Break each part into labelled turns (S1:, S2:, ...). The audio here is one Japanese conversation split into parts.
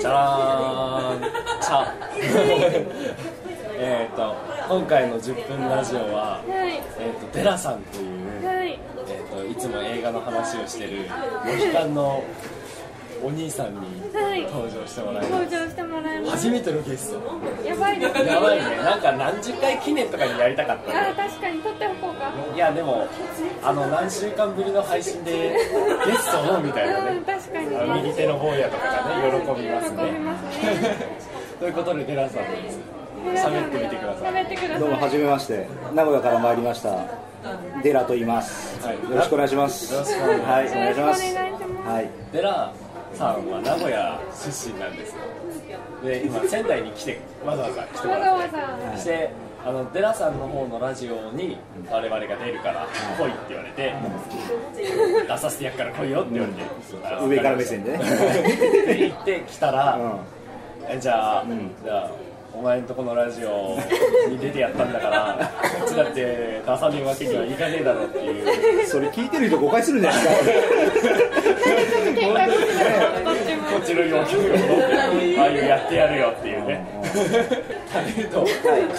S1: じゃらーん茶えっと今回の10分ラジオは、
S2: はい
S1: えー、とデラさんという、
S2: はい
S1: えー、といつも映画の話をしてるモヒカンのお兄さんに
S2: はい
S1: 登場してもらいま
S2: 登
S1: す
S2: 場してもらいます
S1: 初めてのゲスト
S2: やばいですね
S1: やばいねなんか何十回記念とかにやりたかっ
S2: あ
S1: たね
S2: ー確かに撮っておこうか
S1: いやでもあの何週間ぶりの配信でゲストをみたいな
S2: う
S1: ね
S2: ん確かに
S1: あの
S2: ね
S1: 右手の方やとかがね喜びます
S2: 喜び
S1: ね
S2: ますね
S1: ということでデラさんです喋ってみてください
S2: 喋ってください
S3: どうもはじめまして名古屋から参りましたデラと言います、
S1: はい
S3: よろしくお願いします
S1: よろしくお願いします
S3: はいお願いします
S2: よろしくお願いします
S3: はい
S1: デラさんは名古屋出身なんですよで今仙台に来てわざわざ来ても
S2: わざ
S1: らっ
S2: わ
S1: て
S2: ざ
S1: そしてあのデラさんの方のラジオに我々が出るから来いって言われて出させてやっから来いよって言われてあ
S3: 上から目線でね
S1: で行って来たら、
S3: うん
S1: えじゃあ、じゃあお前んとこのラジオに出てやったんだからこっちだって出さねえわけにはいかねえだろっていう
S3: それ聞いてる人誤解するんじゃないですか
S2: 喧嘩口だどっ ちも
S1: こっちの要求をああいうやってやるよっていうね食べると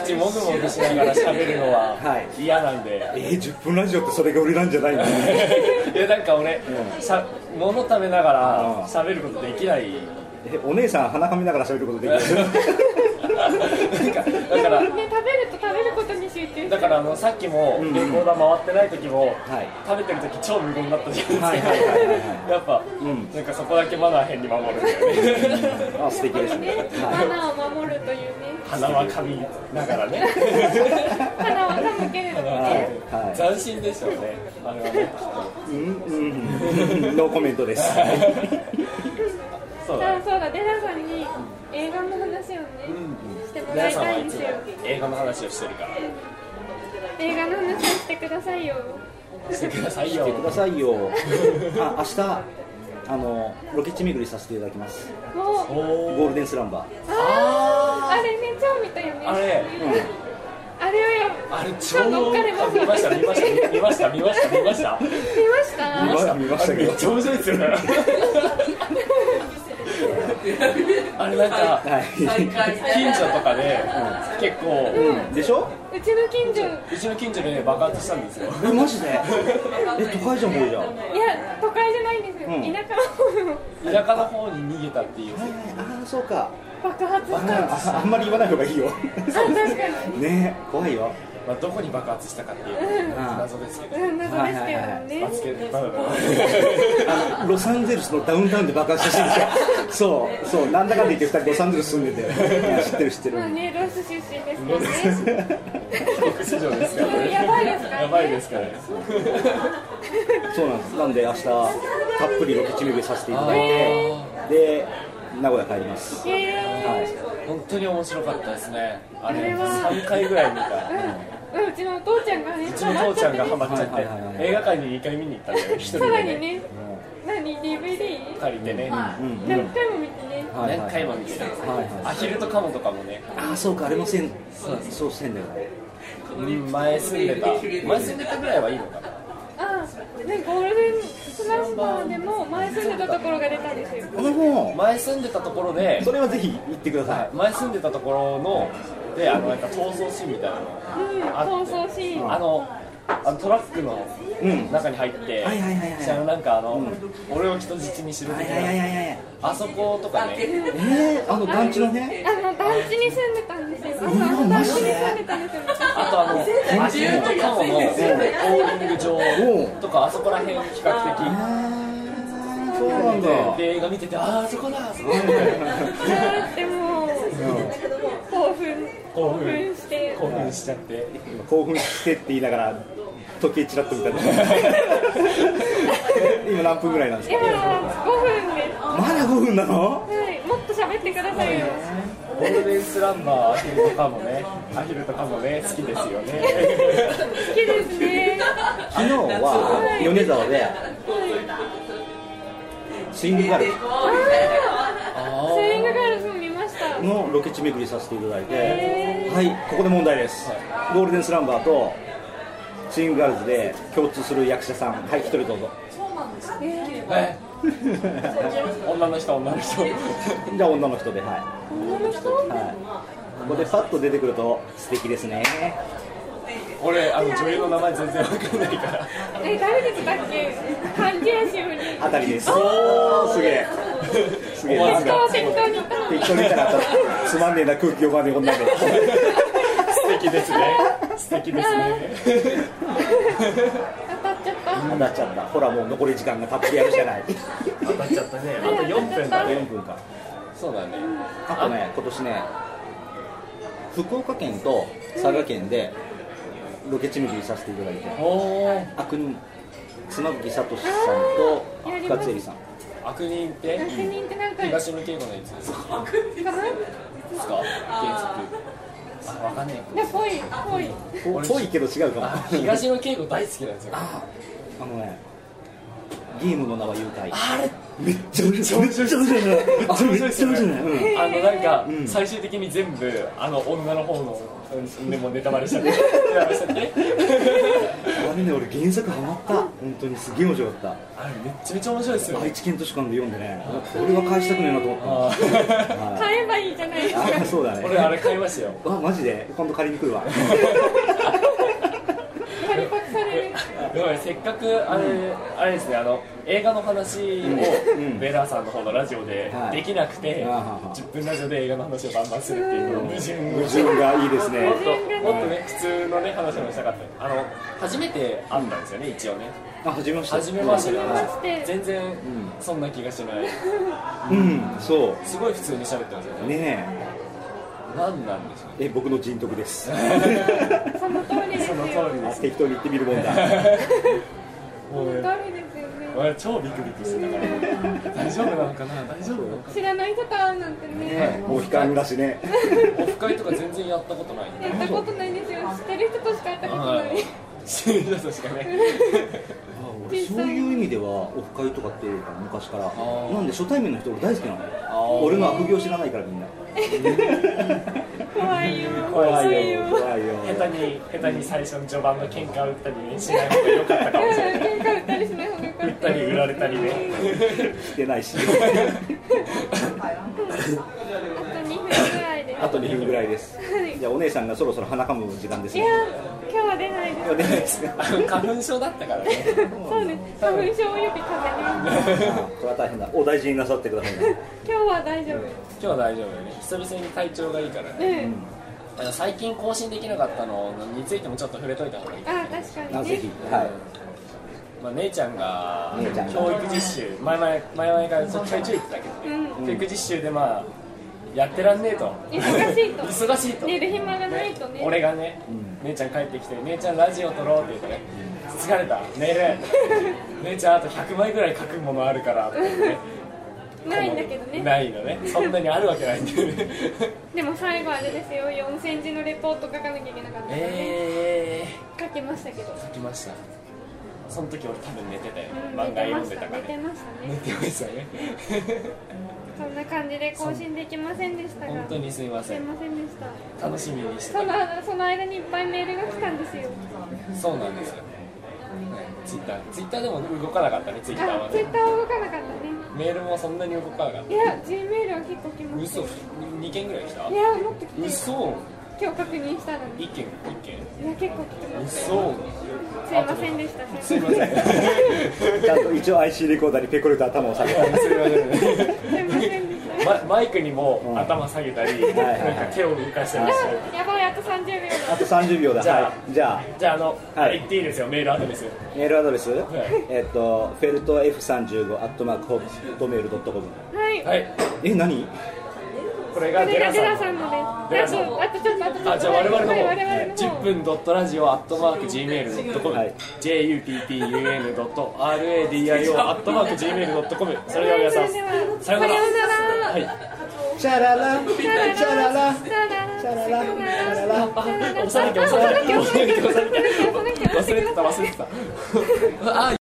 S1: 口もぐもぐしながら喋るの
S3: は
S1: はい嫌なんで、
S3: えー、10分ラジオってそれが俺なんじゃ ないの
S1: いやなんか俺、しゃ物食べなが
S3: うん
S1: ら喋ることできない
S3: えお姉さん鼻かみながら喋ることできる
S1: なんかだから
S2: ね食べると食べることに集中して
S1: だからあのさっきもレコーダー回ってない時も、
S3: はい
S1: 食べてる時超無言だったじゃな
S3: はいい
S1: です
S3: は
S1: か
S3: いはいは
S1: やっぱ、
S3: ん
S1: なんかそこだけマナー変に守るんだよね
S3: いあ素敵ですね
S2: ね
S3: は
S2: 花を守るというね
S1: 鼻は噛みながらね
S2: 花は噛むけれども
S3: い
S2: ね
S3: はい、は
S1: 斬新でしょうねあれはねきっと
S3: い、うんうんノーコメントです
S1: そうだ
S2: あ
S1: ね
S2: そうだデラさんに映画の話をねしてもら
S1: 皆
S2: い
S1: さん
S2: た
S1: はい
S2: ん
S1: い
S2: で
S1: つ
S2: す
S1: も
S2: よ
S1: 映画の話をしてるから
S2: 映画の話をしてくださいよ
S1: してくださいよ
S3: 来てくださいよあ明日あのロケ地巡りさせていただきます
S2: もう
S3: ゴ
S1: お
S3: ー
S1: ー
S3: ルデンスランバー
S2: あ
S1: あ
S2: あれね超見たよね
S1: あれ
S2: あれはや
S1: あれ超
S2: 超乗っかれます
S1: 見ました見ました見ました見ました見ました
S2: 見ました
S3: 見ました見ましたけ
S1: め
S3: ど
S1: っちゃ面白いですよねあれなんか
S3: は
S1: 近所とかで結構
S3: いでしょ
S2: うちの近所
S1: うちの近所でね爆発したんですよ
S3: えマジでえ都会じゃんこれじゃ
S2: い
S3: ん
S2: や都会じゃないんですよ、
S3: うん
S2: 田舎の方
S1: 田舎の方に逃げたっていう
S3: ああそうか
S2: 爆発した
S3: あ
S2: あ
S3: ああんまり言わない方がいい よ
S2: 確かに
S3: ねえ怖いよ
S1: まあどこに爆発したかっていう謎ですけど
S2: うん謎ですけどね、
S1: バスケバナナ
S3: あのロサンゼルスのダウンタウンで爆発した人でしょそうそうなんだかんだ言って2人ロサンゼルス住んでて 知ってる知ってる
S2: まあねロス出身ですからね
S1: 国市場ですからね
S2: やばいですからね
S1: やばいですからね
S3: そうなんですなんで明日たっぷりロケ地巡りさせていただい
S1: え
S3: てで名古屋帰ります
S2: へえ
S1: ー本当に面白かったですねあ
S2: あ
S1: れ
S2: れは
S1: 3回ぐらい見た
S2: ーうん、うちのお父ちゃんがね
S1: うちの父ちゃんがハマっちゃ
S3: はいはいはい
S1: っ
S3: は
S1: て
S3: い
S1: 映画館に2回見に行ったんだよ一人
S2: さら
S1: で
S2: に
S1: ね
S2: ね何 DVD?
S1: 借りてね
S3: うんうん
S2: 何回も見てね
S3: はいはい
S1: 何回も見てた
S3: はいは
S1: ア
S3: い
S1: ヒルとカモとかもね
S3: ああそうかあれもせんそうせんだよね
S1: うん前住んでた前住んでたぐらいはいいのかな
S2: ああねゴールデンスランバーでも前住んでたところが出たんですよ
S3: あの
S1: 前住んでたところで
S3: それはぜひ行ってください
S1: 前住んでたところのであのなんか逃走シーンみたいなの
S2: うん逃走シーン
S1: あのあのトラックの
S3: うん
S1: 中に入って、
S3: はいはいはいはい
S1: じゃあなんかあの、俺を人質にしろ
S3: は
S1: 的
S3: いはいはい
S1: な
S3: はいはい
S1: あそことかね
S3: えー、あの団地のね
S2: あの団地に住んでたんですよあ
S3: ん
S2: の団地に住んでたんですよ
S1: あとあのアヒルとカモのボーリング場とかあそこら辺比較的
S3: あーそうなんだ
S1: で映画見ててあーそこだあそこだ
S2: あーってもう興奮
S1: 興
S2: 興
S1: 奮
S2: 奮して
S1: 興奮しちゃって
S3: 今興奮してって言いながら時計ちらっと見たの 今何分ぐらいなんです
S2: 今
S3: か
S2: 5分ですは
S3: まだ5分なの
S2: いもっと喋ってくださいよ
S1: ゴールデンスランバーアヒルとかもねアヒルとかもね好きですよね
S2: 好きですね
S3: 昨日は米沢でスイングガール
S2: あ
S1: あ
S2: ースイングガールズも見ました
S3: ズのロケ地巡りさせていただいて
S2: へ
S3: はいここで問題ですゴールデンスランバーとスイングガールズで共通する役者さんはい一人どうぞ
S1: え女の人女の人
S3: じゃあ女の人ではい、
S2: 女の人
S3: はい、ここでパッと出てくると素敵ですね
S1: 俺あの女優の名前全然わかんないから
S2: え、誰でしたっけ関係シムに
S3: あたりですおおすげえ すげえ
S1: お
S3: な
S1: 前
S3: ん
S2: 人
S3: か
S2: は適当に言ったのに
S3: 適当に言ったら当たるつまんねえな空気読まねえ女で
S1: 素敵ですね素敵ですね
S2: 当たっちゃった
S3: 当たっちゃったほらもう残り時間がたっぷりあるじゃない
S1: 当たっちゃったねあと4分だね
S3: 4分か
S1: そうだね
S3: あとね今年ね福岡県と佐賀県でロケチムリさせていただいて
S1: おお
S3: あくん妻夫木聡さんと
S2: あーやりま
S3: 深
S2: す
S3: 津絵里さん
S1: 悪人って
S2: 役人ってなんか
S1: 東野敬吾のやつですか原作あわかんない
S2: ね、ぽい、ぽい
S3: ぽぽいけど違う かも
S1: あ東野敬吾大好きなんですよ
S3: あのねゲームの名は誘拐
S1: あれ
S3: めっちゃ面白いめっちゃ面白いめっちゃ面白いうん
S1: あのなんか
S3: ん
S1: 最終的に全部あの女の方のうんでもネタバレしちゃって やばいしちゃって
S3: あれね俺原作ハマった本当にすげえ面白かっ
S1: あれめっちゃめちゃ面白いですよ
S3: た
S1: ね
S3: 愛知県図書館で読んでね俺は返したくねえなと思ったの
S1: あー
S3: はい
S2: 買えばいいじゃないですか
S3: あそうだね
S1: 俺あれ買いましたよ
S3: あマジで今度借りに来 るわ
S2: パリパクされる
S1: でもねせっかくあれ、あれですねあの映画の話を、
S3: うん
S1: ベラーさんの方のラジオで
S3: はい
S1: できなくて、
S3: あはは
S1: 10分ラジオで映画の話をバンバンするっていうのを矛盾
S3: 矛盾がいいです
S1: も
S3: ね
S1: っともっとね普通のね話もしたかったあの初めて会ったんですよね一応ね
S3: あ始めました
S1: 初めまして
S2: 初めま
S1: だ
S2: し
S1: け
S2: て
S1: ど全然そんな気がしない
S3: うんそ
S1: すごい普通に喋ってますよ
S3: う
S1: ね
S3: ね
S1: 何なんでしょうね
S3: ええ僕の人徳です
S2: その通りです
S1: そ
S2: よ
S1: の通りです
S3: 適当に言ってみるもんだ
S2: そ
S1: も
S2: の
S1: うね
S2: 通りですよね
S1: 俺超ビクビクしてたから大丈夫なのかな大丈夫なのか
S2: 知らない人と会うなんてね
S3: もう悲観だしね
S1: なオフ会とか全然やったことないんで
S2: やったことないんですよ知ってる人としか会ったことない
S1: はい死ぬ人しかね
S3: あ俺そういう意味ではオフ会とかっていうか昔から
S1: ー
S3: なんで初対面の人俺大好きなの
S1: ー
S3: 俺の悪行知らないからみんな
S2: 怖いよ
S1: 怖
S2: そう
S1: い
S2: いう
S3: 怖いよ
S1: 下手に下手に最初の序盤の喧嘩を打ったりねしない方が良かったかもしれない
S2: 喧嘩売ったりしない方がよか
S1: 打
S2: っ
S1: ったり売られたりね
S3: してな いし
S2: たあと2分ぐらいで
S3: あと2分ぐらいですじゃあお姉さんがそろそろ鼻かむ時間です
S2: い
S3: ね
S2: や今日は出ないです
S3: いや出ないですね
S1: あの花粉症だったからね
S2: そうです花粉症および風邪に
S3: あーこれは大変だお大事になさってくださいね
S2: 今日は大丈夫
S1: 今日は大丈夫よね久々に体調がいいからね
S2: うん
S1: あの最近更新できなかったのについてもちょっと触れといた方がいい
S2: あ確かにね
S3: あぜひはい
S1: まあ、姉ちゃんが
S3: 姉ちゃんが
S1: 教育実習前々前々からちょちょいちょい言ってたけど、ね
S2: う
S1: 教育実習でまあやってらんねえと
S2: 忙しいと
S1: 忙しいと
S2: 寝る暇がないとね
S1: 俺がね、姉ちゃん帰ってきて「姉ちゃんラジオ撮ろう」って言ってね「疲れた寝る」 姉ちゃんあと100枚ぐらい書くものあるから」って言ってね
S2: ないんだけどね
S1: ないのねそんなにあるわけないんだよね
S2: でも最後あれですよ4センチのレポート書かなきゃいけなかったからね、
S1: え
S2: 書きましたけど、
S1: ー、書きましたその時俺多分寝てたよ、
S2: うん、
S1: 漫画
S2: 寝て
S1: 読
S2: ま
S1: ん
S2: し
S1: で
S2: た
S1: たから
S2: 寝て
S1: ね
S2: まし
S1: 寝
S2: たね
S1: てましたね
S2: そんな感じで更新できませんでしたが
S1: 本当にすいますせ
S2: い
S1: ん
S2: ませんでした
S1: 楽しみにしてた
S2: そのその間にいっぱいメールが来たんですよ
S1: そうなんですよ、ね、ツイッターツイッターでも動かなかったねツイッターは
S2: あツイ
S1: ね
S2: ッターは動かなかったね
S1: メールもそんなに動かなかっ
S2: いや G メールは結構来
S1: た
S2: ました
S1: 嘘
S2: よ
S1: 2件ぐらい来た
S2: いやもっと来てる
S1: 嘘
S2: 今日確認したのにい
S1: 一件一件
S2: や結構来てますす
S1: 嘘
S2: いませんでした
S1: すいません
S3: ちゃんと一応 IC レコーダーにペコリと頭を下げて
S1: すいません
S2: すいませんでした
S1: まマイクにも
S3: ん
S1: 頭下げたり、
S3: はいはいはい
S1: なんか手を動かしたりしてる
S2: やばいあと30秒
S3: あと30秒だ
S1: じゃあ
S3: はいじゃあ
S1: じゃああの、
S3: はい
S1: 言っていいですよメールアドレス
S3: メールアドレス、
S1: い
S3: えっとフェルト F35 アットマークホットメールドットコム
S2: はい、
S1: はい
S3: え何
S1: これ
S2: こ
S1: が
S2: れ
S1: デ
S2: が
S1: ラ
S2: ジェ
S1: さ
S2: ラ
S1: ん
S2: さんの
S1: デ
S2: で
S1: ラ
S2: す
S1: さん
S2: あとあとちょっとあとちょっと
S1: あじゃあ我々の
S2: はい
S1: 方
S2: 我々の方
S1: 10分ドットラジオアットマーク Gmail.com、
S3: はい
S1: JUPPUN ドット RADIO アットマーク Gmail.com それでは皆さん
S2: それでは
S1: さようなら
S2: さようなら
S1: はい
S3: チャララチ
S2: チャララ
S3: ャララ
S2: チャララ
S3: チャララチャララ
S1: 押さなきゃ押さなきゃ押さなきゃ押さなきゃ
S2: 押さなきゃ
S1: 忘れてた忘れてたあ